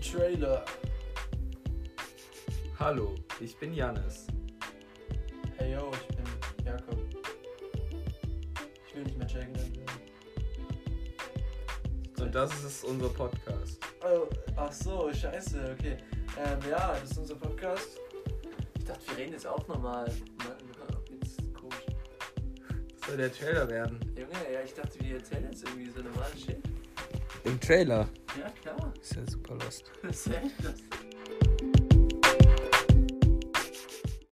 Trailer. Hallo, ich bin Janis. Hey yo, ich bin Jakob. Ich will nicht mehr Jack genannt werden. Und das ist unser Podcast. Oh, ach so, scheiße, okay. Ähm, ja, das ist unser Podcast. Ich dachte, wir reden jetzt auch normal. Mann, jetzt ist komisch. Das soll der Trailer werden. Junge, ja, ich dachte, wir erzählen jetzt irgendwie so normale Shit. Im Trailer? Ja, klar. Ist ja super lost. Safe, das